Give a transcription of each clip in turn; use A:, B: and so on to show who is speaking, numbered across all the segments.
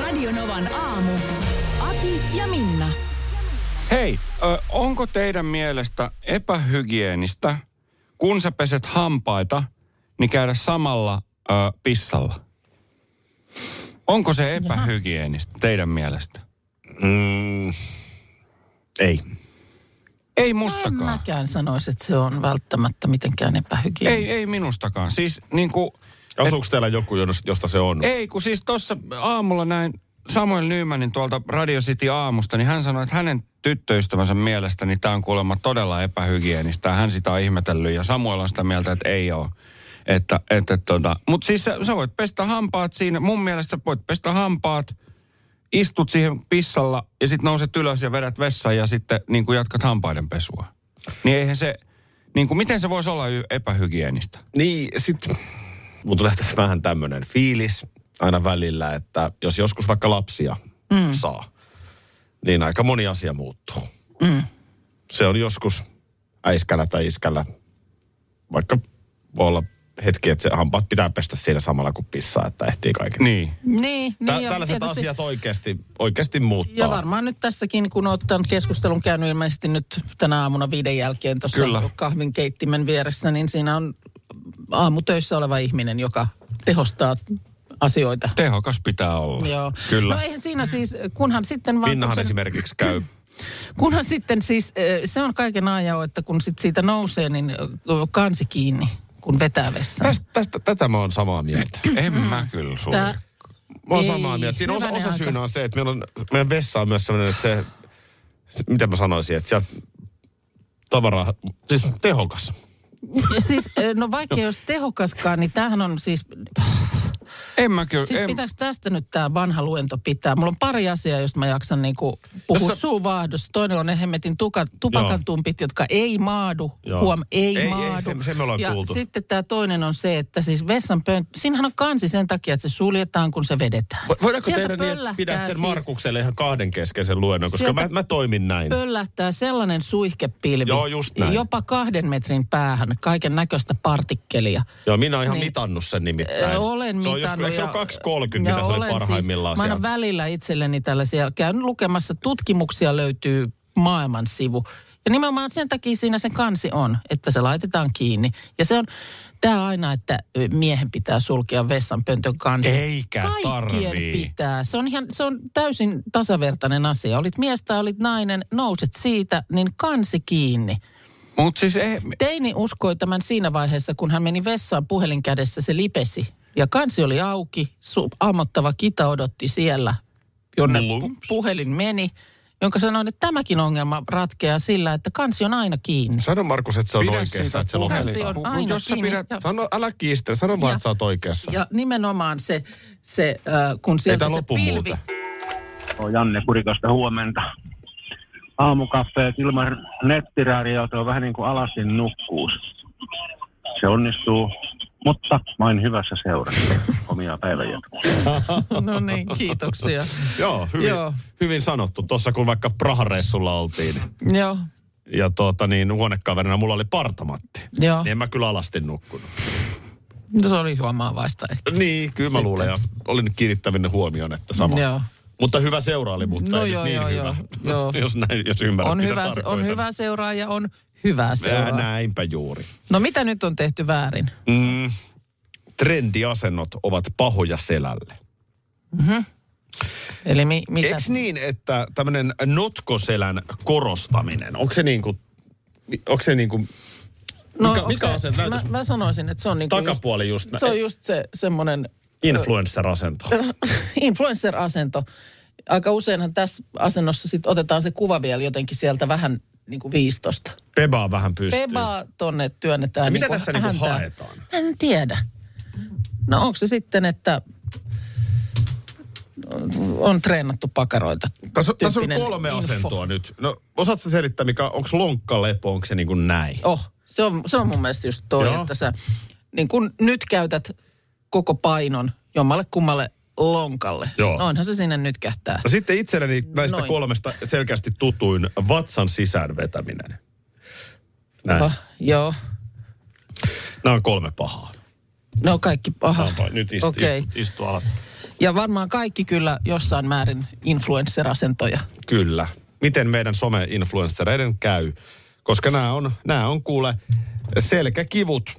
A: Radionovan aamu. Ati ja Minna.
B: Hei, ö, onko teidän mielestä epähygienistä, kun sä peset hampaita, niin käydä samalla ö, pissalla? Onko se epähygienistä teidän mielestä?
C: Mm, ei.
B: Ei
D: En
B: mustakaan.
D: mäkään sanoisi, että se on välttämättä mitenkään
B: Ei,
D: epähygienistä.
B: ei minustakaan. Siis niin kuin,
C: Asuuko teillä joku, jos- josta se on?
B: ei kun siis tuossa aamulla näin Samuel Nyymänin tuolta Radio City aamusta, niin hän sanoi, että hänen tyttöystävänsä mielestä niin tämä on kuulemma todella epähygienistä. Ja Hän sitä on ihmetellyt ja Samuel on sitä mieltä, että ei ole. Että, että, tota. Mutta siis sä, sä voit pestä hampaat siinä. Mun mielestä sä voit pestä hampaat, istut siihen pissalla ja sitten nouset ylös ja vedät vessaan ja sitten niin kuin jatkat hampaiden pesua. Niin eihän se, niin kuin miten se voisi olla y- epähygienistä?
C: Niin, sit mun tulee tässä vähän tämmönen fiilis aina välillä, että jos joskus vaikka lapsia mm. saa, niin aika moni asia muuttuu. Mm. Se on joskus äiskällä tai iskällä, vaikka voi olla hetki, että se hampaat pitää pestä siinä samalla kuin pissaa, että ehtii kaiken.
B: Niin.
D: Niin,
C: Tä,
D: niin ja
C: tällaiset
D: tietysti-
C: asiat oikeasti, oikeasti muuttaa.
D: Ja varmaan nyt tässäkin, kun olet tämän keskustelun käynyt ilmeisesti nyt tänä aamuna viiden jälkeen tuossa
B: Kyllä.
D: kahvin keittimen vieressä, niin siinä on aamutöissä oleva ihminen, joka tehostaa asioita.
B: Tehokas pitää olla.
D: Joo.
B: Kyllä.
D: No eihän siinä siis, kunhan sitten vaan...
C: Minnahan
D: kun sen-
C: esimerkiksi käy
D: Kunhan sitten siis, eh, se on kaiken ajan, että kun sit siitä nousee, niin eh, kansi kiinni, kun vetää vessaan.
C: Tästä, tästä, tätä mä oon samaa mieltä.
B: En mä kyllä sulje.
D: Tää-
C: Mä oon
D: Ei,
C: samaa mieltä. Siinä osa,
D: hyvänen
C: osa
D: aika.
C: syynä on se, että meillä on, meidän vessa on myös sellainen, että se, se mitä mä sanoisin, että sieltä tavaraa, siis tehokas.
D: Ja siis, eh, no vaikka jos tehokaskaan, niin tämähän on siis
B: En mä kyllä.
D: Siis
B: en,
D: pitääkö tästä nyt tämä vanha luento pitää? Mulla on pari asiaa, josta mä jaksan niinku puhua
C: Jos
D: Jossa...
C: sä-
D: suuvaahdossa. Toinen on ne hemmetin tuka,
C: Joo.
D: tupakan tumpit, jotka ei maadu.
C: Joo.
D: Joo. Huom, ei,
C: Ei, ei,
D: maadu.
C: se- se me ollaan
D: ja
C: kuultu.
D: sitten tämä toinen on se, että siis vessan pönttö, siinähän on kansi sen takia, että se suljetaan, kun se vedetään.
C: Voidaanko
D: Sieltä
C: tehdä niin, että
D: pöllähtää
C: pidät sen
D: siis-
C: Markukselle ihan kahden keskeisen luennon, koska
D: Sieltä-
C: mä, mä toimin näin.
D: Pöllähtää sellainen suihkepilvi.
C: Joo, just näin.
D: Jopa kahden metrin päähän kaiken näköistä partikkelia.
C: Joo, minä oon ihan mitannut sen nimittäin.
D: Niin. Ö, Olen
C: se on
D: mitannut.
C: joskus,
D: ja-
C: se on 2.30,
D: ja
C: mitä se oli
D: olen
C: parhaimmillaan
D: Siis, mä
C: siis,
D: annan välillä itselleni tällaisia, käyn lukemassa, tutkimuksia löytyy maailman sivu. Ja nimenomaan sen takia siinä se kansi on, että se laitetaan kiinni. Ja se on tämä aina, että ö, miehen pitää sulkea vessanpöntön kansi.
B: Eikä
D: Kaikkien
B: tarvii.
D: pitää. Se on, ihan, se on täysin tasavertainen asia. Olit mies tai olit nainen, nouset siitä, niin kansi kiinni.
B: Mut siis ei,
D: Teini uskoi tämän siinä vaiheessa, kun hän meni vessaan puhelin kädessä, se lipesi. Ja kansi oli auki, su- ammottava kita odotti siellä, jonne pu- puhelin meni, jonka sanoin, että tämäkin ongelma ratkeaa sillä, että kansi on aina kiinni.
C: Sano Markus, että se on
B: Pidä
C: oikeassa,
B: siitä
C: että se
B: puhelin-
C: lopettaa.
D: Se on
B: Mut
D: aina
B: jos sä
D: kiinni.
B: pidät-
D: Ja,
C: Sano, älä kiistele, sano vaan,
D: Ja-
C: että sä oot oikeassa.
D: ja nimenomaan se, se äh, kun
C: Ei
D: sieltä
C: tää
D: se
C: lopu
D: pilvi...
C: muuta.
E: on Janne Kurikasta huomenta. Aamukaffeet ilman nettiradiota on vähän niin kuin alasin nukkuus. Se onnistuu, mutta vain hyvässä seurassa. Omia päivänjatkoja.
D: No niin, kiitoksia.
C: Joo, hyvin, Joo.
D: Joo.
C: hyvin sanottu. Tuossa kun vaikka Prahareissulla oltiin niin-
D: joo,
C: ja tuota, niin huonekaverina mulla oli partamatti. Niin
D: joo.
C: en mä kyllä alasti nukkunut.
D: No, se oli huomaavaista ehkä.
C: Niin, kyllä mä
D: Sitten.
C: luulen ja olin kiinnittävinne huomioon, että sama.
D: Joo.
C: Mutta hyvä seura oli, mutta
D: No
C: ei
D: joo,
C: nyt niin
D: joo,
C: hyvä.
D: joo, joo.
C: jos, näin, jos ymmärrät,
D: On
C: mitä
D: hyvä, on
C: tarkoitan.
D: hyvä seuraaja, on hyvä
C: Ää,
D: seuraaja.
C: näinpä juuri.
D: No mitä nyt on tehty väärin?
C: Mm, trendiasennot ovat pahoja selälle.
D: Eli mi, mitä?
C: Eikö niin, että tämmöinen notkoselän korostaminen, onko se niin kuin, onko se niin kuin, mikä,
D: onko
C: mikä on se,
D: No, mä, mä sanoisin, että se on niinku
C: takapuoli just,
D: just, se on just se semmoinen
C: influencer-asento.
D: influencer-asento. Aika useinhan tässä asennossa sit otetaan se kuva vielä jotenkin sieltä vähän niin kuin 15.
C: Pebaa vähän pystyy.
D: Pebaa tonne työnnetään.
C: Ja mitä
D: niinku
C: tässä niinku
D: häntää.
C: haetaan?
D: En tiedä. No onko se sitten, että on treenattu pakaroita.
C: Tässä, on- tässä on
D: Tyyppinen
C: kolme
D: info.
C: asentoa nyt. No, osaatko sä selittää, mikä, onko lonkkalepo, onko se niin kuin näin?
D: Oh, se on, se on mun mielestä just toi,
C: Joo.
D: Joo. että sä niin kun nyt käytät koko painon jommalle kummalle lonkalle.
C: Joo.
D: Noinhan se sinne nyt kähtää.
C: No sitten itselleni näistä Noin.
D: Noin.
C: kolmesta selkeästi tutuin vatsan sisään vetäminen. Näin.
D: Oh, joo.
C: Nämä on kolme pahaa.
D: No kaikki paha.
C: Antaa, nyt istu, okay.
D: Okei.
C: istu, istu alas.
D: Ja varmaan kaikki kyllä jossain määrin influensserasentoja.
C: Kyllä. Miten meidän some-influenssereiden käy? Koska nämä on, nämä on kuule selkäkivut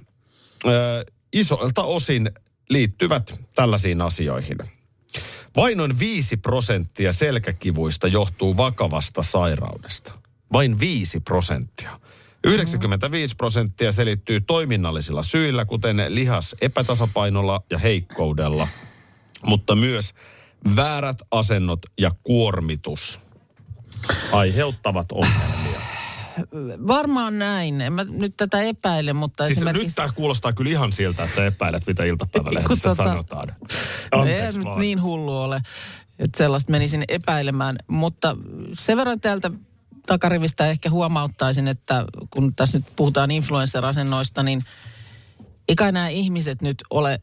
C: ö, isolta osin liittyvät tällaisiin asioihin. Vain noin 5 prosenttia selkäkivuista johtuu vakavasta sairaudesta. Vain 5 prosenttia. 95 prosenttia selittyy toiminnallisilla syillä, kuten lihas epätasapainolla ja heikkoudella, mutta myös väärät asennot ja kuormitus aiheuttavat ongelmia.
D: Varmaan näin. En mä nyt tätä epäile, mutta
C: Siis nyt
D: esimerkiksi...
C: tämä kuulostaa kyllä ihan siltä, että sä epäilet, mitä iltapäivälehdessä
D: Kun tota-
C: sanotaan.
D: No ei
C: Anteeksi
D: nyt
C: vaan.
D: niin hullu ole, että sellaista menisin epäilemään. Mutta sen verran täältä takarivistä ehkä huomauttaisin, että kun tässä nyt puhutaan influensserasennoista, niin eikä nämä ihmiset nyt ole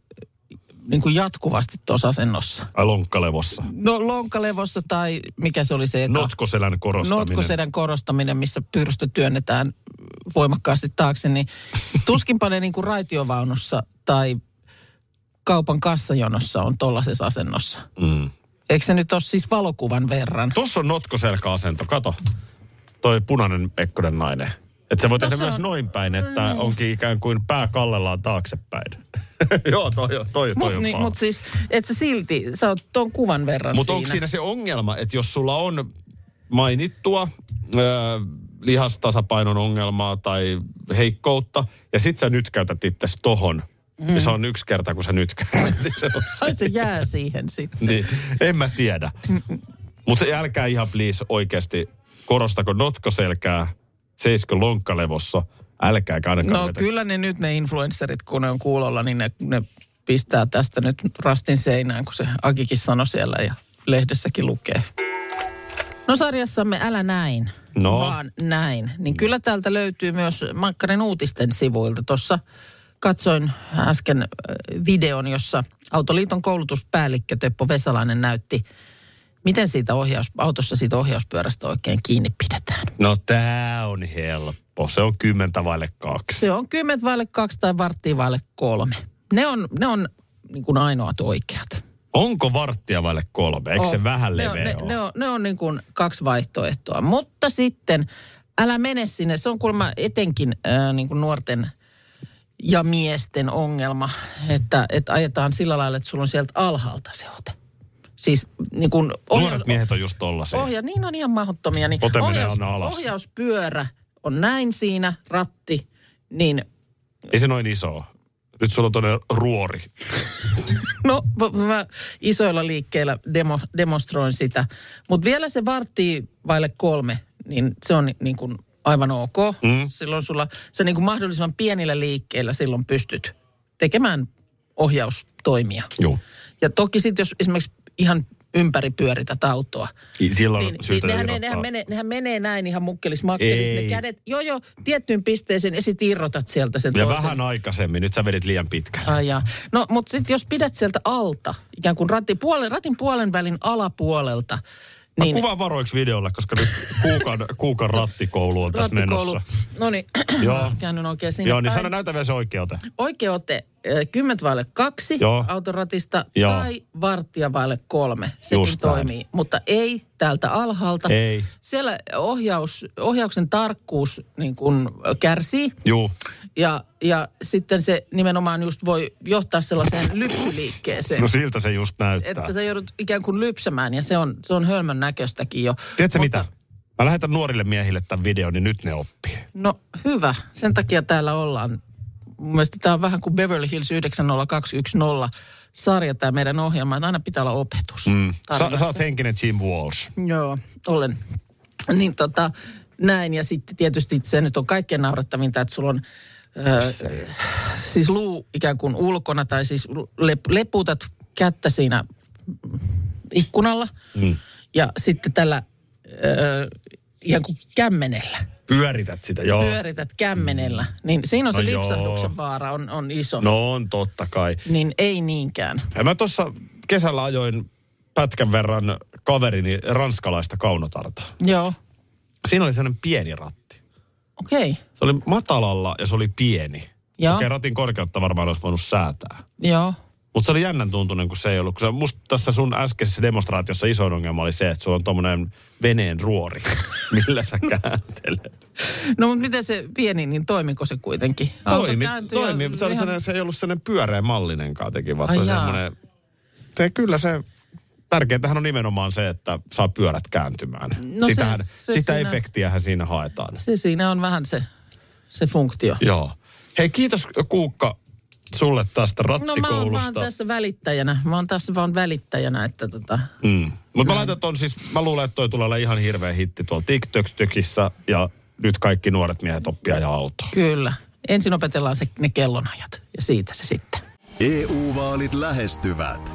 D: niin kuin jatkuvasti tuossa asennossa.
C: Ai lonkkalevossa.
D: No lonkalevossa tai mikä se oli se eka?
C: Notkoselän korostaminen.
D: notkosedän korostaminen, missä pyrstö työnnetään voimakkaasti taakse, niin tuskinpa ne niin kuin raitiovaunussa tai kaupan kassajonossa on tollaisessa asennossa.
C: Mm.
D: Eikö se nyt ole siis valokuvan verran?
C: Tossa on notkoselkäasento, kato. Toi punainen ekkonen nainen. Että se voi tehdä
D: Tossa
C: myös
D: on- Mm.
C: noin päin, että onkin ikään kuin pää kallellaan taaksepäin. Joo, toi, on- toi, toi
D: Mutta
C: on
D: niin,
C: paha.
D: mut siis, et sä silti, sä oot ton kuvan verran
C: Mutta
D: siinä.
C: onko siinä se ongelma, että jos sulla on mainittua ö, lihastasapainon ongelmaa tai heikkoutta, ja sit sä nyt käytät itses tohon, mm. niin se on yksi kerta, kun sä nyt käytät. niin se on se.
D: Ai se jää siihen sitten.
C: niin, en mä tiedä. Mutta älkää ihan please oikeasti korostako notkoselkää, seiskö lonkkalevossa, älkääkä ainakaan.
D: No
C: vetä-
D: kyllä ne nyt ne influencerit, kun ne on kuulolla, niin ne, ne pistää tästä nyt rastin seinään, kun se Akikin sanoi siellä ja lehdessäkin lukee. No sarjassamme älä näin,
C: No.
D: vaan näin. Niin kyllä täältä löytyy myös Makkarin uutisten sivuilta. Tuossa katsoin äsken äh, videon, jossa Autoliiton koulutuspäällikkö Teppo Vesalainen näytti, miten siitä ohjaus, autossa siitä ohjauspyörästä oikein kiinni pidetään.
C: No tää on helppo, se on kymmentä vaille kaksi.
D: Se on kymmentä vaille kaksi tai varttia vaille kolme. Ne on, ne on niin kuin ainoat oikeat.
C: Onko varttia vaille kolme? Eikö se
D: On.
C: vähän
D: ne on,
C: leveä
D: Oh.
C: ole?
D: ne, ne on, ne on niin kuin kaksi vaihtoehtoa. Mutta sitten älä mene sinne. Se on kuulemma etenkin ää, niin kuin nuorten ja miesten ongelma, että, että ajetaan sillä lailla, että sulla on sieltä alhaalta se ote. Siis niin kuin
C: Nuoret miehet on just tollasia.
D: ohja, niin on ihan mahdottomia. Niin
C: Ote menee aina alas.
D: ohjauspyörä on näin siinä, ratti, niin
C: Ei se noin iso. Nyt sulla on tuonne ruori.
D: No, v- mä isoilla liikkeillä demo, demonstroin sitä. Mutta vielä se varttii vaille kolme, niin se on ni- niin kuin aivan ok. Mm. Silloin sulla, sä niin kuin mahdollisimman pienillä liikkeillä silloin pystyt tekemään ohjaustoimia.
C: Joo.
D: Ja toki sitten, jos esimerkiksi ihan ympäri pyörität autoa,
C: Silloin
D: niin,
C: niin,
D: niin
C: syytä
D: nehän, ne,
C: irrottaa.
D: nehän, menee, nehän menee näin ihan mukkelis makkelis.
C: Ei.
D: Ne kädet, joo joo, tiettyyn pisteeseen ja sit irrotat sieltä sen
C: Ja
D: toisen.
C: vähän aikaisemmin. Nyt sä vedit liian pitkään.
D: Ai jaa. No, mutta sitten jos pidät sieltä alta, ikään kuin ratin puolen, ratin puolen välin alapuolelta,
C: Niin.
D: niin...
C: Kuvaa varoiksi videolle, koska nyt kuukan, kuukan rattikoulu on tässä menossa.
D: No niin,
C: Joo.
D: mä oon käynyt oikein sinne
C: Joo, niin
D: päin.
C: sano näytä vielä se oikeuteen.
D: Oikea ote, eh, kymmentä vaille kaksi
C: Joo.
D: autoratista
C: Joo.
D: tai varttia vaille kolme. Sekin
C: Just näin.
D: toimii, mutta ei täältä alhaalta.
C: Ei.
D: Siellä ohjaus, ohjauksen tarkkuus niin kun ö, kärsii.
C: Juu.
D: Ja, ja sitten se nimenomaan just voi johtaa sellaiseen lypsyliikkeeseen.
C: No siltä se just näyttää.
D: Että sä joudut ikään kuin lypsämään ja se on, se on hölmön näköistäkin jo.
C: Tiedätkö mitä? Mä lähetän nuorille miehille tämän videon, niin nyt ne oppii.
D: No hyvä, sen takia täällä ollaan. Mun mielestä tämä on vähän kuin Beverly Hills 90210 sarja tämä meidän ohjelma, että aina pitää olla opetus. Mm.
C: Sä, sä oot henkinen Jim Walsh.
D: Joo, olen. Niin tota, näin ja sitten tietysti se nyt on kaikkein naurettavinta, että sulla on ö, siis luu ikään kuin ulkona tai siis lep, leputat kättä siinä ikkunalla
C: Niin.
D: mm. ja sitten tällä öö, ikään kuin kämmenellä.
C: Pyörität sitä, joo.
D: Pyörität kämmenellä. Niin siinä on se
C: No
D: no
C: joo.
D: lipsahduksen vaara, on, on iso.
C: No on totta kai.
D: Niin ei niinkään.
C: Ja mä tuossa kesällä ajoin pätkän verran kaverini ranskalaista kaunotarta.
D: Joo,
C: Siinä oli sellainen pieni ratti.
D: okei. Okay.
C: Se oli matalalla ja se oli pieni.
D: Joo.
C: Okei, ratin korkeutta varmaan olisi voinut säätää.
D: Joo,
C: Mutta se oli jännän tuntunen, kun se ei ollut. Kun se, musta tässä sun äskeisessä demonstraatiossa isoin ongelma oli se, että sulla on tommonen veneen ruori, millä sä kääntelet.
D: No mutta miten se pieni, niin toimiko se kuitenkin? Auto
C: Toimi,
D: kääntyi ja
C: toimi. Se, oli
D: ihan-
C: ihan... se ei ollut sellainen pyöreä mallinenkaan teki, vaan se
D: Ai
C: oli
D: jaa.
C: semmoinen... Se kyllä se... Tärkeintähän on nimenomaan se, että saa pyörät kääntymään.
D: No se-
C: Sitähän,
D: se
C: sitä
D: siinä-
C: efektiähän siinä haetaan.
D: se siinä on vähän se, se funktio.
C: Joo. Hei, kiitos Kuukka sulle tästä
D: No mä oon vaan
C: rattikoulusta.
D: tässä välittäjänä. Mä oon tässä vaan välittäjänä, että tota...
C: Mm. Mutta mä laitan ton siis, mä luulen, että toi tulee olemaan ihan hirveä hitti tuolla TikTokissä ja nyt kaikki nuoret miehet oppia ja autoa.
D: Kyllä. Ensin opetellaan se, ne kellonajat ja siitä se sitten.
F: EU-vaalit E lähestyvät.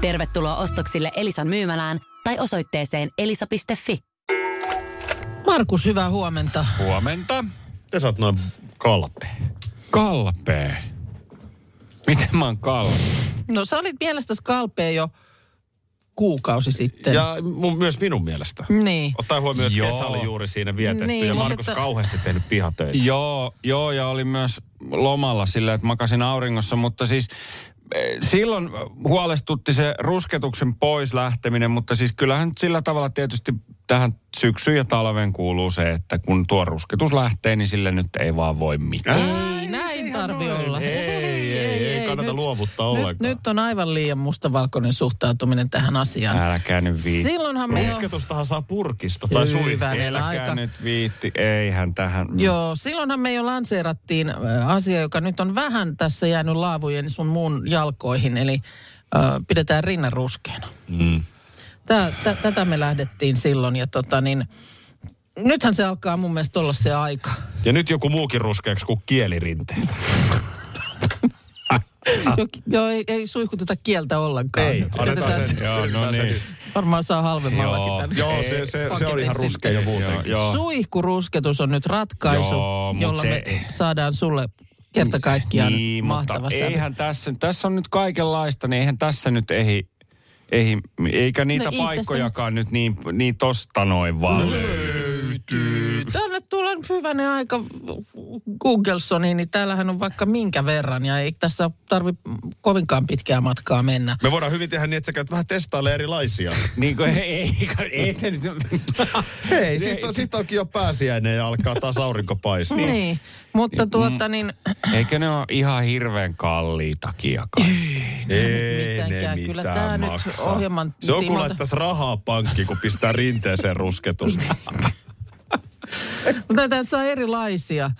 A: Tervetuloa ostoksille Elisan myymälään tai osoitteeseen elisa.fi.
D: Markus, hyvää huomenta.
B: Huomenta.
C: Ja sä oot noin kalpea.
B: Kalpee. Miten mä oon kalpea?
D: No sä olit mielestäsi kalpea jo kuukausi sitten.
C: Ja mun, myös minun mielestä.
D: Niin.
C: Ottaa huomioon, että
B: Joo.
C: kesä oli juuri siinä vietetty
D: Niin,
C: ja
D: mutta
C: Markus
D: että-
C: kauheasti tehnyt pihatöitä.
B: Joo, joo, ja oli myös lomalla sillä, että makasin auringossa, mutta siis eh, silloin huolestutti se rusketuksen pois lähteminen, mutta siis kyllähän nyt sillä tavalla tietysti tähän syksyyn ja talveen kuuluu se, että kun tuo rusketus lähtee, niin sille nyt ei vaan voi mitään.
D: Ei näin tarvi olla.
C: Ei, ei, ei, ei kannata luovuttaa
D: nyt,
C: ollenkaan.
D: nyt on aivan liian mustavalkoinen suhtautuminen tähän asiaan.
B: Älkää nyt viitti.
D: Silloinhan me jo...
C: Rusketustahan saa purkista tai
D: Hyvä.
C: suihkeesta.
D: Hyvänen
B: Älkää
D: aika.
B: nyt viitti. Eihän tähän.
D: Joo, silloinhan me jo lanseerattiin ö, asia, joka nyt on vähän tässä jäänyt laavujen sun muun jalkoihin, eli ö, pidetään rinnan ruskeana. Mm. Tää, tä, tätä me lähdettiin silloin ja tota niin, nythän se alkaa mun mielestä olla se aika.
C: Ja nyt joku muukin ruskeaksi kuin kielirinteen.
B: Ah.
D: Jo, joo, ei, ei suihkuteta kieltä ollenkaan.
C: Ei, annetaan
D: Jätetään-
C: sen.
B: Joo, no
C: Annetaan sen
B: niin.
C: nyt.
D: Varmaan saa halvemmallakin
B: Joo,
D: tänne.
C: Joo, se, se, se oli
D: Paketin
C: ihan ruskea jo muutenkin.
B: Joo.
D: Suihkurusketus on nyt ratkaisu,
B: Joo, mut
D: jolla
B: se-
D: me saadaan sulle kerta kaikkiaan
B: niin,
D: mahtava
B: mutta
D: sävy.
B: eihän tässä, tässä on nyt kaikenlaista, niin eihän tässä nyt ehi, ehi eikä niitä no,
D: ei tässä
B: paikkojakaan nyt niin, niin tosta noin vaan
D: No.
B: löytyy.
D: Tänne tulee nyt hyvänä aika Googlesoniin, niin täällähän on vaikka minkä verran ja ei tässä tarvi kovinkaan pitkää matkaa mennä.
C: Me voidaan hyvin tehdä niin, että sä käyt vähän testailla erilaisia.
B: Niin kuin, ei, ei, ei, te nyt-
C: Hei, sit, on, sit onkin jo pääsiäinen ja alkaa taas aurinko paistaa.
D: Niin, niin. mutta
C: Mm.
D: tuota niin,
B: Eikö ne ole ihan hirveän kalliitakiakaan?
D: Niin
C: Ei
D: Mitenkään,
C: ne
D: kyllä
C: mitään
D: tää nyt
C: maksa.
D: ohjelman
C: Se on kun
D: tiimoilta-
C: laittaisi rahaa pankkiin, kun pistää rinteeseen rusketusta.
D: mutta näitä saa erilaisia.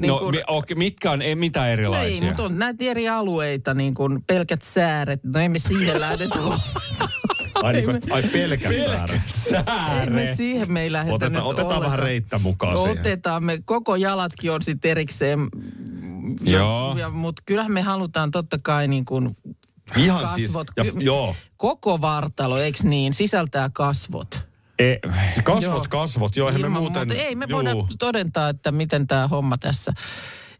D: Niin
B: No
D: kun-
B: mi- okay, mitkä on, ei, mitä
D: No
B: erilaisia?
D: ei, mutta on näitä eri alueita, niin kuin pelkät sääret. No emme siihen lähdetä.
C: Ai, niin kuin, ai pelkät sääret.
D: Ei me siihen me ei lähdetä
C: Otetaan,
D: nyt
C: otetaan
D: ollenkaan. No
C: vähän reittä mukaan siihen.
D: Otetaan me, koko jalatkin on sitten erikseen.
B: Joo.
D: Mutta kyllähän me halutaan totta kai niin kuin
C: Ihan siis.
D: kasvot.
C: Ja,
D: Ky-
C: joo.
D: Koko vartalo, eikö niin, sisältää kasvot.
B: E-
C: Siis Kasvot,
D: Joo.
C: kasvot. Joo, eihän me
D: Ilman
C: muuten...
D: muuta. Ei me
C: juu.
D: voida todentaa, että miten tämä homma tässä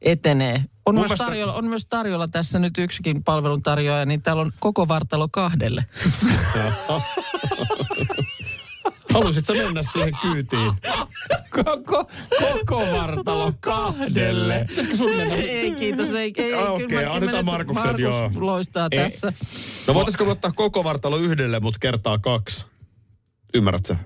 D: etenee. On
C: Mun
D: myös,
C: mielestä-
D: tarjolla, on myös tarjolla tässä nyt yksikin palveluntarjoaja, niin täällä on koko vartalo kahdelle.
C: Haluaisitko mennä siihen kyytiin?
B: Koko, koko vartalo kahdelle.
C: Pitäisikö sun mennä?
D: Ei, kiitos. Ei, ei,
C: Ah,
D: kyllä
C: okei,
D: mä- kyllä
C: annetaan
D: mä nyt-
C: Markuksen,
D: Markus
C: joo.
D: loistaa
C: Ei.
D: tässä.
C: No voitaisiko me ottaa koko vartalo yhdelle, mutta kertaa kaksi? Ymmärrätkö?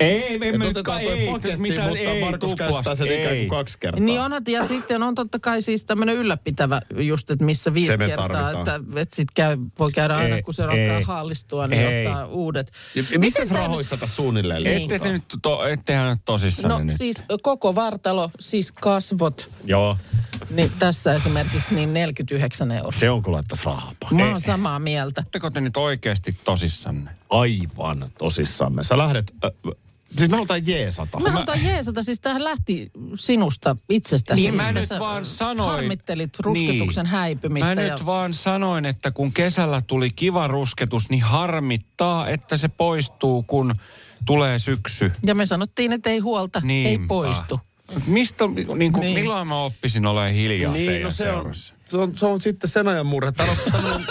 B: Ei, ei,
C: Et
B: me
C: otetaan
B: ei,
C: toi
B: ei,
C: paketti,
B: mitä,
C: mutta
B: ei,
C: Markus käyttää sen
B: tuplasti,
C: ikään
B: ei.
C: kuin kaksi kertaa.
D: Niin onhan, ja sitten on totta kai siis tämmöinen ylläpitävä just, että missä viisi
C: Se me
D: kertaa,
C: tarvitaan.
D: että, että sit käy, voi käydä aina,
B: Ei,
D: kun se alkaa
B: ei,
D: hallistua, niin
B: ei.
D: ottaa uudet.
C: Ja- ja
D: Miten
C: Missä
D: tää
C: rahoissa tässä suunnilleen
B: Ette te nyt, to, ettehän nyt
D: nyt- No
B: tosissanne nyt.
D: siis koko vartalo, siis kasvot,
C: Joo,
D: niin tässä esimerkiksi niin 49 euroa.
C: se on kun laittaisi rahaa paljon.
D: Mä oon samaa mieltä.
B: Oletteko te nyt oikeasti tosissanne?
C: Aivan tosissamme. Sä lähdet... Äh, siis me halutaan jeesata.
D: Mä halutaan jeesata, siis tämähän lähti sinusta itsestäsi.
B: Niin mä
D: Että
B: nyt
D: sä
B: vaan sanoin.
D: Harmittelit rusketuksen
B: Niin.
D: häipymistä.
B: Mä nyt vaan sanoin, että kun kesällä tuli kiva rusketus, niin harmittaa, että se poistuu, kun tulee syksy.
D: Ja me sanottiin, että ei huolta,
B: Niin.
D: ei poistu.
B: Mistä, niin kuin,
D: Niin.
B: niin. milloin mä oppisin olemaan hiljaa niin, teidän no
C: se on,
B: seurassa?
C: se, on, se on sitten sen ajan murhe. Täällä on, täällä on,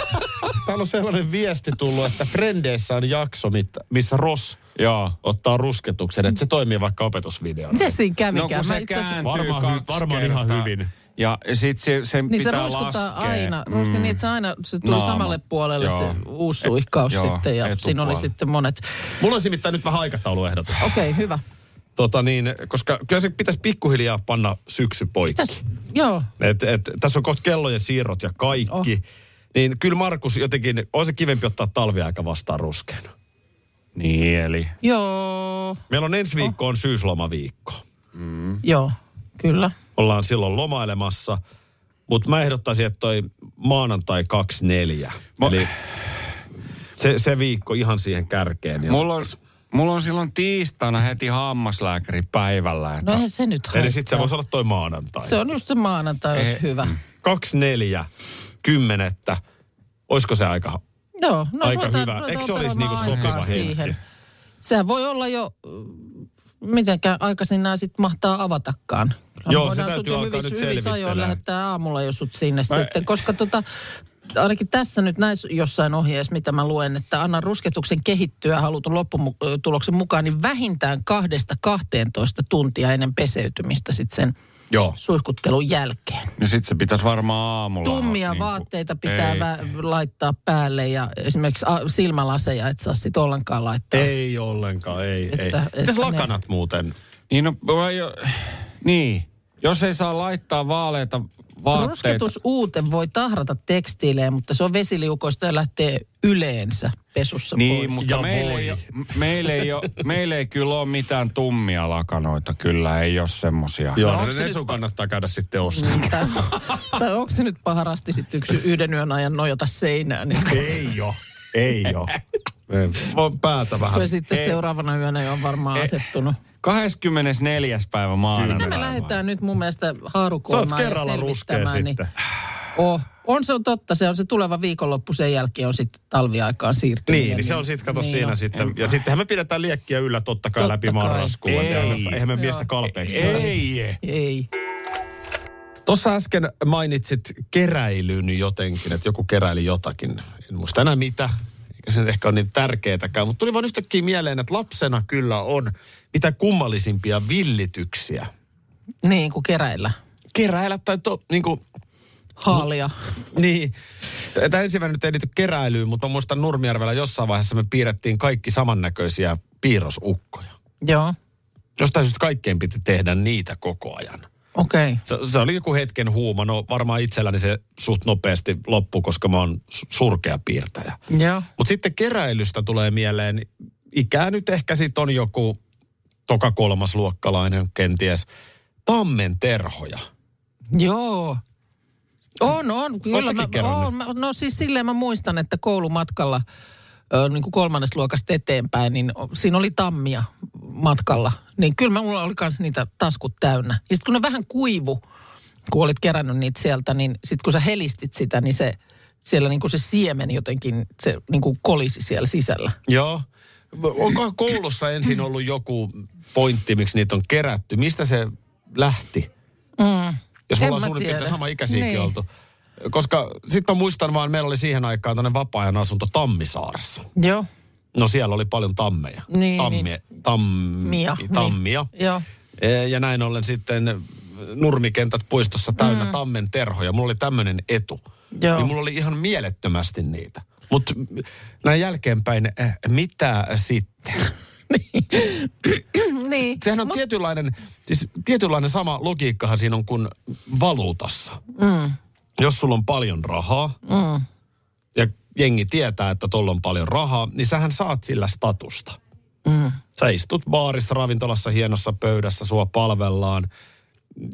C: täällä on sellainen viesti tullut, että Frendeissä on jakso, mit, missä Ross
B: Joo.
C: ottaa rusketuksen, että se toimii vaikka opetusvideona.
D: Miten siinä kävikään?
B: No kun
D: Mä
B: se
D: itse asiassa-
B: kääntyy
C: Varmaan hy-
B: kaksi
C: varmaan
B: kertaa.
C: ihan hyvin.
B: Ja sit se, sen
D: Niin se
B: pitää
D: ruiskuttaa
B: laskea.
D: aina. Ruiske, mm. niin, että se aina se tuli
B: Naama.
D: samalle puolelle joo. se
B: Joo.
D: uusi
B: Et-
D: suihkaus
B: joo,
D: sitten ja siinä oli
B: etupuolelle.
D: sitten monet.
C: Mulla on nimittäin nyt vähän aikatauluehdotus.
D: Okei, okay, hyvä.
C: Tota niin, koska kyllä se pitäisi pikkuhiljaa panna syksy poikki.
D: Täs, joo,
C: Et, et, tässä on kohta kellojen siirrot ja kaikki.
D: Oh.
C: Oh. Niin kyllä Markus jotenkin, on se kivempi ottaa talviaika vastaan ruskeana.
B: Niin, eli
D: joo,
C: Meillä on ensi viikko on syyslomaviikko.
D: joo, kyllä.
C: Ollaan silloin lomailemassa. Mutta mä ehdottaisin, että toi maanantai 24.
B: Mä-
C: Eli se, se viikko ihan siihen kärkeen. Ja-
B: mulla on, mulla on silloin tiistaina heti hammaslääkäri päivällä. Että
D: No eihän se nyt
C: Eli Eh,
D: haittaa.
C: sitten se voisi olla toi maanantai.
D: Se on just se maanantai, olisi
B: Ei,
D: hyvä.
C: mm. 24, kymmenettä. Olisiko se aika?
D: Joo, no
C: Aika
D: ruvetaan-
C: hyvä.
D: ruvetaan
C: Eikö se olisi
D: ottelemaan
C: niinku
D: aikaa
C: sopiva hetki?
D: siihen. Sehän voi olla jo, äh, mitenkään aikaisin nämä sitten mahtaa avatakaan. Kyllä
C: Joo,
D: me
C: se
D: voidaan
C: täytyy
D: sut jo
C: alkaa
D: hyvissä-
C: nyt
D: hyvissä ajoin
C: selvittelemään.
D: lähettää aamulla jo sut sinne sitten, koska tota, ainakin tässä nyt näissä jossain ohjeessa, mitä mä luen, että anna rusketuksen kehittyä halutun lopputuloksen mukaan, niin vähintään kahdesta 12 tuntia ennen peseytymistä sitten sen
C: Joo.
D: suihkuttelun jälkeen.
B: No sit se pitäisi varmaan aamulla.
C: niin
D: Tummia
B: niinku-
D: vaatteita pitää
B: Ei.
D: vä- laittaa päälle ja esimerkiksi a- silmälaseja et saa sit ollenkaan laittaa.
C: Ei ollenkaan, ei,
D: Että-
C: ei.
D: että
C: Mitäs
D: ne-
C: lakanat muuten?
B: Niin, no, voi jo, niin, jos ei saa laittaa vaaleita vaatteita.
D: Rusketus uuteen voi tahrata tekstiilejä, mutta se on vesiliukoista ja lähtee yleensä pesussa
B: Niin,
D: pois.
B: mutta
C: Ja
B: meillä ei,
C: voi.
B: ole- meillä, ei ole, meillä ei kyllä ole mitään tummia lakanoita, kyllä ei ole semmosia.
C: Joo, no,
D: onks se
C: ne sun kannattaa käydä sitten ostamaan.
D: Tai, tai onko se nyt paharasti sitten yksi yhden yön ajan nojata seinään, niin
C: Ei oo, ei oo. Vaan päätä vähän.
D: kyllä sitten
B: Ei.
D: seuraavana yönä jo on varmaan asettunut.
B: 24. päivä maanantaina.
D: Sitä me lähdetään nyt mun mielestä
C: Sä oot
D: haarukoimaan ja
C: kerralla ruskea
D: selvittämään. Niin,
C: sitten.
D: oh, on se on totta, se on se tuleva viikonloppu, sen jälkeen on sitten talviaikaan siirtyminen.
C: Niin, niin se on sitten, kato
D: niin
C: siinä
D: on.
C: sitten. Ja sittenhän me pidetään liekkiä yllä totta kai
D: Totta
C: läpi
D: kai.
C: marraskuun.
B: Ei.
C: Ja Eihän me miestä kalpeeksi. Ei.
B: Ei.
D: Ei.
C: Tuossa äsken mainitsit keräilyn jotenkin, että joku keräili jotakin. En muista enää mitä, eikä se nyt ehkä ole niin tärkeetäkään. Mutta tuli vaan yhtäkkiä mieleen, että lapsena kyllä on mitä kummallisimpia villityksiä.
D: Niin, kuin keräillä.
C: Keräillä tai to, niin kuin,
D: Haalia.
C: Niin. Tämä ensimmäinen nyt ei liity keräilyyn, mutta mä muistan Nurmijärvellä jossain vaiheessa me piirrettiin kaikki samannäköisiä piirrosukkoja.
D: Joo,
C: Jostain syystä kaikkeen piti tehdä niitä koko ajan.
D: okei. Okay.
C: Se, se oli joku hetken huuma. No varmaan itselläni se suht nopeasti loppu, koska mä oon su- surkea piirtäjä.
D: Joo.
C: Mutta sitten keräilystä tulee mieleen, ikää nyt ehkä sit on joku toka kolmas luokkalainen kenties, tammen terhoja.
D: Joo. On, on. Kyllä
C: Ootsäkin
D: mä,
C: kerran
D: on, mä, no siis silleen mä muistan, että koulumatkalla ö, niin kuin kolmannes luokasta eteenpäin, niin o- siinä oli tammia matkalla. Niin kyllä mä, mulla oli myös niitä taskut täynnä. Ja sitten kun ne vähän kuivu, kun olit kerännyt niitä sieltä, niin sitten kun sä helistit sitä, niin se siellä niin kuin se siemen jotenkin, se niin kuin kolisi siellä sisällä.
C: Joo. Onko koulussa ensin ollut joku pointti, miksi niitä on kerätty? Mistä se lähti? Jos
D: Mm.
C: me
D: En
C: ollaan
D: mä
C: suurin piirtein
D: tiedä.
C: sama ikäisiäkin
D: Niin.
C: niin. oltu. Koska sitten mä muistan vaan, meillä oli siihen aikaan tämmöinen vapaa-ajan asunto Tammisaaressa.
D: Joo.
C: No siellä oli paljon tammeja.
D: Niin,
C: tammia,
D: niin.
C: Tammia.
D: Mia. niin.
C: Tammia.
D: Joo.
C: E, Ja näin ollen sitten nurmikentät puistossa täynnä mm. tammen terhoja. Mulla oli tämmöinen etu.
D: Joo.
C: Niin mulla oli ihan mielettömästi niitä. Mutta näin jälkeenpäin, äh, mitä sitten?
D: Niin.
C: Sehän on Mut... tietynlainen, siis tietynlainen sama logiikkahan siinä on kuin valuutassa. Mm. Jos sulla on paljon rahaa mm. ja jengi tietää, että tuolla on paljon rahaa, niin sähän saat sillä statusta. Mm. Sä istut baarissa, ravintolassa, hienossa pöydässä, sua palvellaan.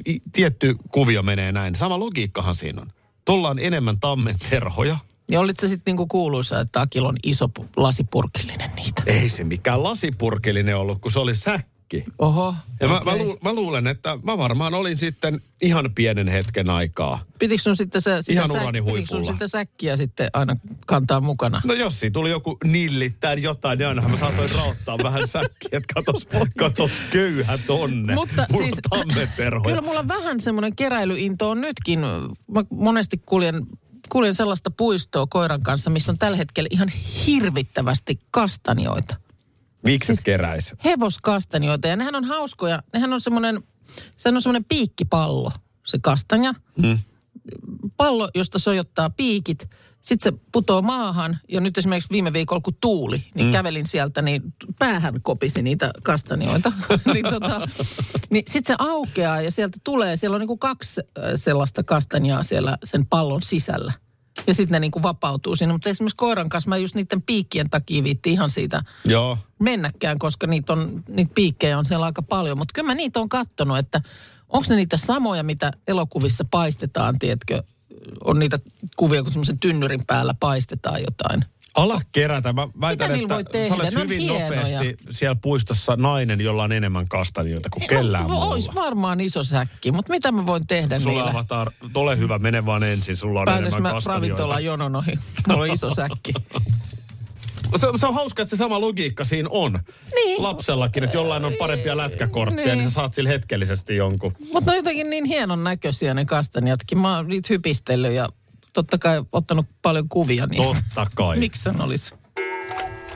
C: I- Tietty kuvio menee näin. Sama logiikkahan siinä on. Tuolla on enemmän tammen terhoja.
D: Ja olit se sitten niinku kuuluisa, että Akil on iso pu- lasipurkillinen niitä.
C: Ei se mikään lasipurkillinen ollut, kun se oli säkki.
D: Oho.
C: Ja mä, mä, lu, mä luulen, että mä varmaan olin sitten ihan pienen hetken aikaa.
D: Pitikö sun sitten se, sitä
C: Ihan urani
D: pitikö sun
C: huipulla.
D: sitä säkkiä sitten aina kantaa mukana?
C: No jos siinä tuli joku nillittäin jotain, niin ainahan mä saatoin raottaa vähän säkkiä, että katos, katos köyhä tonne.
D: Mutta
C: Mulla
D: siis,
C: on tammenterhoja.
D: kyllä mulla on vähän semmoinen keräilyinto on nytkin. Mä monesti kuljen, kuljen sellaista puistoa koiran kanssa, missä on tällä hetkellä ihan hirvittävästi kastanjoita.
C: Miksi siis... keräis?
D: Hevoskastanjoita ja nehän on hauskoja. Nehän on semmoinen, sehän on semmoinen piikkipallo, se kastanja. Hmm. Pallo, josta sojottaa piikit. Sitten se putoo maahan ja nyt esimerkiksi viime viikolla kun tuuli, niin mm. kävelin sieltä, niin päähän kopisi niitä kastanjoita. niin tota, niin sitten se aukeaa ja sieltä tulee, siellä on niinku kaksi äh, sellaista kastanjaa siellä sen pallon sisällä. Ja sitten ne niinku vapautuu sinne, mutta esimerkiksi koiran kanssa mä just niiden piikkien takia viitti ihan siitä
C: Joo.
D: mennäkään, koska niitä, on, niitä piikkejä on siellä aika paljon. Mutta kyllä mä niitä on kattonut, että onko ne niitä samoja, mitä elokuvissa paistetaan, tiedätkö? On niitä kuvia, kun semmoisen tynnyrin päällä paistetaan jotain. No,
C: Ala kerätä. Mä väitän,
D: niillä voi
C: että sä
D: tehdä?
C: olet
D: Ne on
C: hyvin
D: hienoja.
C: nopeasti siellä puistossa nainen, jolla on enemmän kastanjoita kuin kellään
D: no, Olisi
C: muulla.
D: varmaan iso säkki, mutta mitä mä voin tehdä
C: Sulla
D: niillä?
C: avatar, ole hyvä, mene vaan ensin, sulla on
D: Päätäs
C: enemmän
D: mä
C: kastanjoita.
D: ravintolan jonon ohi. Mulla on iso säkki.
C: se, se on hauska, että se sama logiikka siinä on.
D: Niin.
C: Lapsellakin, että jollain on parempia lätkäkortteja, niin,
D: Niin.
C: niin sä saat sillä hetkellisesti jonkun.
D: Mutta ne on jotenkin niin hienon näköisiä ne kastanjatkin. Mä oon niitä hypistellyt ja totta kai ottanut paljon kuvia niistä.
C: Totta kai.
D: Miksi sen olisi?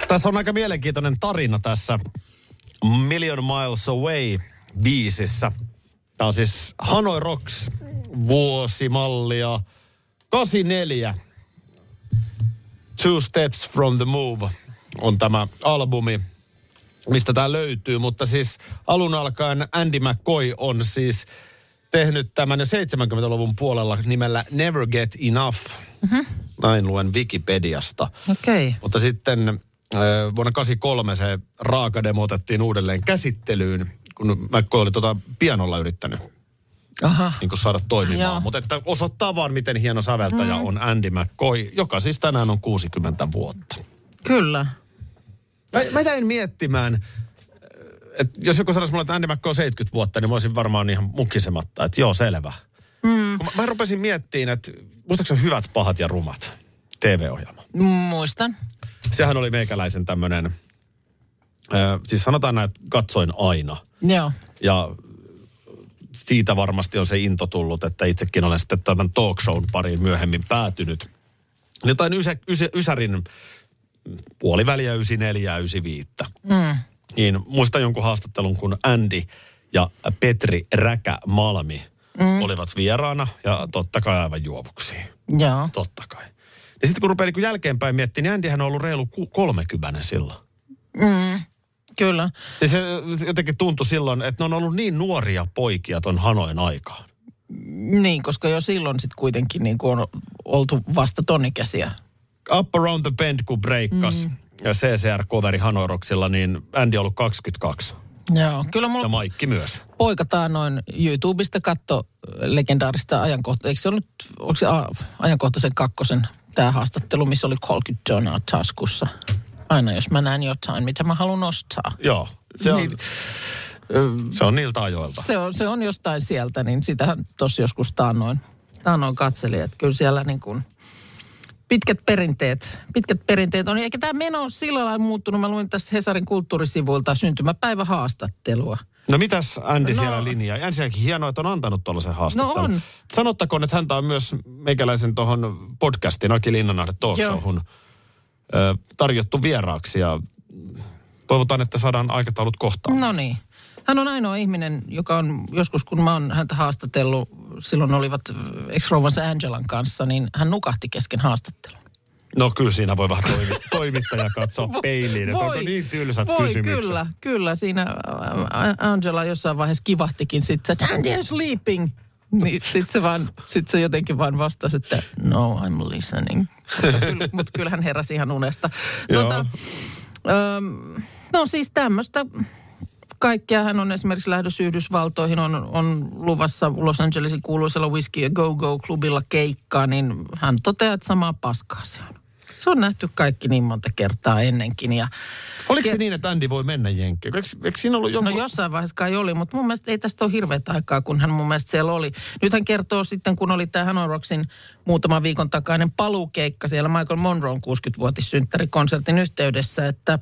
C: Tässä on aika mielenkiintoinen tarina tässä Million Miles Away biisissä. Tämä on siis Hanoi Rocks vuosimallia 84. Two Steps from the Move on tämä albumi, mistä tämä löytyy. Mutta siis alun alkaen Andy McCoy on siis tehnyt tämän jo 70-luvun puolella nimellä Never Get Enough. Mm-hmm. Näin luen Wikipediasta.
D: Okei. Okay.
C: Mutta sitten äh, vuonna 83 se raakademo otettiin uudelleen käsittelyyn, kun McCoy oli tota pianolla yrittänyt
D: Aha.
C: niin kuin saada
D: Joo.
C: toimimaan. Mutta että osoittaa vaan, miten hieno säveltäjä mm. on Andy McCoy, joka siis tänään on 60 vuotta.
D: Kyllä.
C: Mä, mä jäin miettimään, että jos joku sanoisi mulle, että Andy McCoy on 70 vuotta, niin mä olisin varmaan ihan mukkisematta, että joo, selvä. Mm. Mä, mä rupesin miettimään, että muistaakseni Hyvät, pahat ja rumat TV-ohjelma.
D: Mm, Muistan.
C: sehän oli meikäläisen tämmöinen, siis sanotaan näin, että katsoin aina.
D: Joo.
C: Ja siitä varmasti on se into tullut, että itsekin olen sitten tämän talk shown pariin myöhemmin päätynyt. Jotain ysä, ysä, Ysärin puoliväliä 94 95. Mm. Niin muistan jonkun haastattelun, kun Andy ja Petri Räkä Malmi mm. olivat vieraana ja totta kai aivan juovuksiin.
D: Joo.
C: Totta kai. Ja sitten kun rupeaa niin jälkeenpäin miettimään, niin Andyhän on ollut reilu ku- kolmekymmäinen silloin.
D: Kyllä.
C: Ja se jotenkin tuntui silloin, että ne on ollut niin nuoria poikia ton Hanoin aikaan.
D: Niin, koska jo silloin sitten kuitenkin niin on oltu vasta tonnikäisiä.
C: Up Around the Bend, kun breikkas mm. CCR-coveri Hanoiroksilla, niin Andy on ollut 22.
D: Joo. Kyllä
C: Ja
D: mulla
C: Maikki myös.
D: poikataan noin YouTubesta katto legendaarista ajankohtaa. Eikö se ollut, onko se a- ajankohtaisen kakkosen tämä haastattelu, missä oli 30 Jonaa taskussa? Aina jos mä näen jotain, mitä mä haluan ostaa.
C: Joo, se on,
D: Niin.
C: se on niiltä ajoilta.
D: Se on, se on jostain sieltä, niin sitähän tuossa joskus taannoin, taannoin katselin, että kyllä siellä niin kuin pitkät perinteet, pitkät perinteet on. Eikä tämä meno ole sillä lailla muuttunut. Mä luin tässä Hesarin kulttuurisivuilta syntymäpäivähaastattelua.
C: No mitäs Andy
D: No.
C: no. siellä linjaa? Ensinnäkin hienoa, että on antanut tuollaisen haastattelun.
D: on.
C: Sanottakoon, että häntä on myös meikäläisen tuohon podcastin Aki Linnanahde talk
D: Joo.
C: showhun ö, tarjottu vieraaksi ja toivotaan, että saadaan aikataulut kohtaan.
D: No niin. Hän on ainoa ihminen, joka on joskus, kun mä oon häntä haastatellut, silloin olivat äh, ex-rouvansa Angelan kanssa, niin hän nukahti kesken haastattelun.
C: No kyllä siinä voi vähän toimi, toimittaja katsoa peiliin, että onko niin tylsät
D: voi,
C: kysymykset.
D: kyllä, kyllä. Siinä ä, ä, Angela jossain vaiheessa kivahtikin sitten, että Andy is sleeping. Niin sitten se, vaan, sit se jotenkin vaan vastasi, että no I'm listening. Mutta kyllä, mut kyllä hän heräsi ihan unesta.
C: Joo.
D: Tuota, Öm, no siis tämmöistä kaikkea. Hän on esimerkiksi lähdössä Yhdysvaltoihin, on, on luvassa Los Angelesin kuuluisella Whiskey ja Go Go klubilla keikkaa, niin hän toteaa, että samaa paskaa se on. Se on nähty kaikki niin monta kertaa ennenkin ja
C: Oliko se niin, että Andy voi mennä jenkkiin? Eikö, eikö siinä ollut joku...
D: No jossain vaiheessa kai oli, mutta mun mielestä ei tästä ole hirveätä aikaa, kun hän mun mielestä siellä oli. Nyt hän kertoo sitten, kun oli tämä Hanoi Rocksin muutaman viikon takainen paluukeikka siellä Michael Monroen 60-vuotissynttärikonsertin yhteydessä, että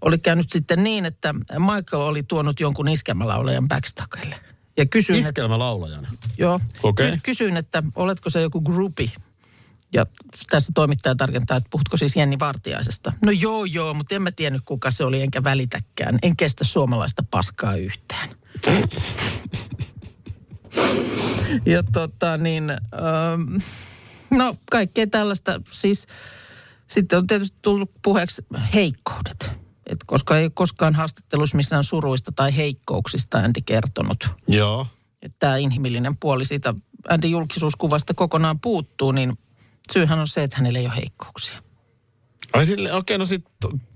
D: oli käynyt sitten niin, että Michael oli tuonut jonkun iskemälaulajan backstagelle. Ja kysyin, että,
C: Iskelmä laulajana.
D: joo,
C: Okei.
D: ky- kysyin, että oletko se joku groupi? Ja tässä toimittaja tarkentaa, että puhutko siis Jenni Vartiaisesta. No joo, joo, mutta en mä tiennyt kuka se oli, enkä välitäkään. En kestä suomalaista paskaa yhtään. ja tota niin, ähm, no kaikkea tällaista. Siis sitten on tietysti tullut puheeksi heikkoudet. Et koska ei koskaan haastattelussa missään suruista tai heikkouksista Andy kertonut
C: Joo.
D: että tämä inhimillinen puoli siitä Andin julkisuuskuvasta kokonaan puuttuu, niin syyhän on se, että hänellä ei ole heikkouksia.
C: Ai sille, okei, okay, no sit,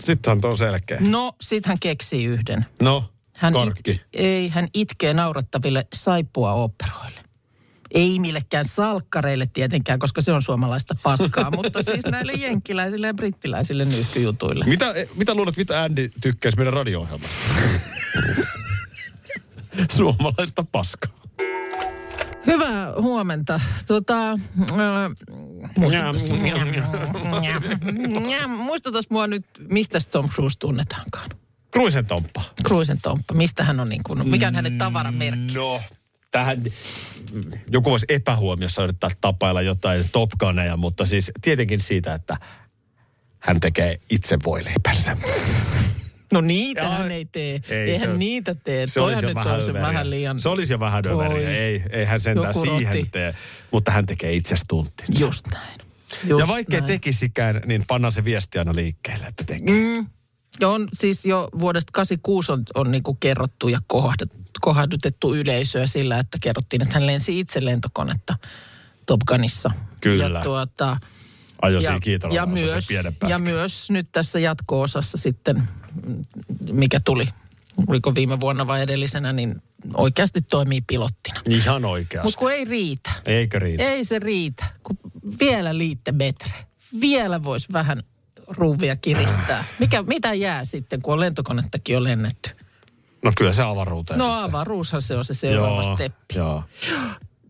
C: sittenhän on selkeä.
D: No, sit hän keksii yhden.
C: No,
D: Hän
C: karkki.
D: It, ei, hän itkee naurattaville saippua operoille. Ei millekään salkkareille tietenkään, koska se on suomalaista paskaa, mutta siis näille jenkkiläisille ja brittiläisille nyyhkyjutuille.
C: Mitä, mitä luulet, mitä Andy tykkäisi meidän radio-ohjelmasta? Suomalaista paskaa.
D: Hyvää huomenta. Tota, äh, muistutas mua nyt, mistä Tom Cruise tunnetaankaan.
C: Kruisen Tomppa.
D: Cruisen Tomppa, mistä hän on niin kuin, mikä on hänen tavaramerkki?
C: Mm, No, tähän joku voisi epähuomiossa yrittää tapailla jotain Top Guneja, mutta siis tietenkin siitä, että hän tekee itse voileipänsä.
D: No niitä
C: Jaa,
D: hän ei tee.
C: ei
D: Eihän
C: se-
D: niitä tee.
C: Se olisi,
D: Toihan
C: jo
D: nyt on
C: vähän
D: se
C: överiä.
D: vähän liian...
C: se olisi jo vähän överiä.
D: Pois.
C: Ei, ei hän sentään
D: Joku
C: siihen
D: roti.
C: tee. Mutta hän tekee itsestä tuntin.
D: Just näin. Just
C: ja vaikkei
D: näin.
C: tekisikään, niin pannaan se viesti aina liikkeelle, että tekee.
D: Mm. Ja on siis jo vuodesta 86 on, on niin kuin kerrottu ja kohdat- kohdutettu yleisöä sillä, että kerrottiin, että hän lensi itse lentokonetta Top Gunissa.
C: Kyllä.
D: Ja, tuota,
C: Ajoi siinä
D: ja,
C: kiitolla
D: ja, myös,
C: pienen
D: ja
C: pätkän.
D: myös nyt tässä jatko-osassa sitten, mm, mikä tuli, oliko viime vuonna vai edellisenä, niin oikeasti toimii pilottina.
C: Ihan oikeasti.
D: Mutta kun ei riitä.
C: Eikö riitä?
D: Ei se riitä, kun vielä liitte metre. Vielä voisi vähän ruuvia kiristää. Mikä, mitä jää sitten, kun on lentokonettakin jo lennetty?
C: No kyllä se avaruuteen
D: No
C: sitten.
D: avaruushan se on se seuraava steppi.
C: joo.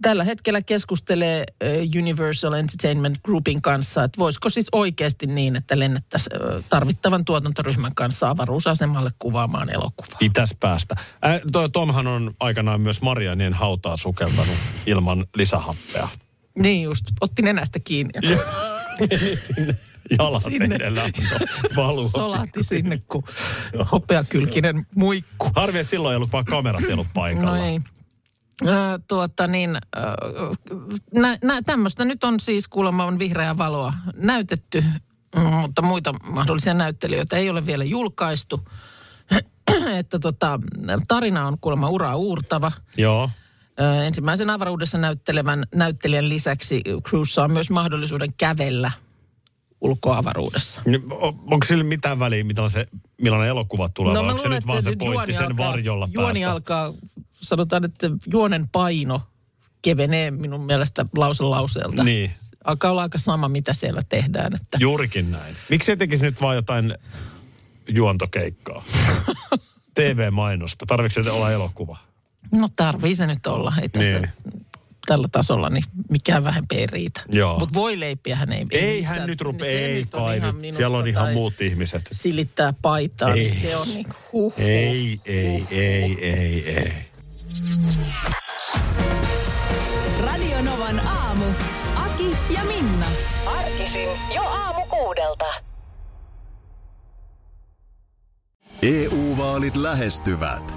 D: Tällä hetkellä keskustelee ö, Universal Entertainment Groupin kanssa, että voisiko siis oikeasti niin, että lennettäisiin ö, tarvittavan tuotantoryhmän kanssa avaruusasemalle kuvaamaan elokuvaa.
C: Pitäisi päästä. Äh, toi Tomhan on aikanaan myös Marianien hautaa sukeltanut ilman lisähappea.
D: Niin just, otti nenästä kiinni ja
C: Jalat
D: Sinne.
C: edellä valua.
D: solahti sinne, kun hopeakylkinen muikku.
C: Harvi, että silloin ei ollut vaan kamerat ei ollut paikalla.
D: No ei. Ö, tuota niin, ö, nä, nä, tämmöistä nyt on siis kuulemma on vihreää valoa näytetty, mm, mutta muita mahdollisia näyttelijöitä ei ole vielä julkaistu. että tota, tarina on kuulemma uraa uurtava.
C: Joo.
D: Ö, ensimmäisen avaruudessa näyttelevän näyttelijän lisäksi Cruise saa myös mahdollisuuden kävellä ulkoavaruudessa.
C: Niin, o- Onko sillä mitään väliä, mitä on se, millainen elokuva tulee?
D: No,
C: vai onko se nyt vaan se, pointti sen varjolla
D: juoni
C: päästä?
D: alkaa, sanotaan, että juonen paino kevenee minun mielestä lause lauseelta.
C: Niin.
D: Alkaa olla aika sama, mitä siellä tehdään. Että
C: Juurikin näin. Miksi ei tekisi nyt vaan jotain juontokeikkaa? TV-mainosta. Tarvitseeko se olla elokuva?
D: no tarvii se nyt olla. Ei tässä
C: Niin.
D: tällä tasolla niin mikään vähempi ei riitä.
C: Joo.
D: Mutta voi leipiähän ei.
C: Ei
D: missään- niin
C: hän nyt rupea,
D: se
C: ei
D: nyt on
C: kai
D: ihan
C: nyt.
D: minusta
C: Siellä on ihan
D: tai
C: muut ihmiset.
D: Silittää paitaa,
C: Ei.
D: niin se on niin kuin huh.
C: Ei, ei, ei, ei, ei.
A: Radio Novan aamu. Aki ja Minna.
G: Arkisin jo aamu kuudelta.
F: EU-vaalit E lähestyvät.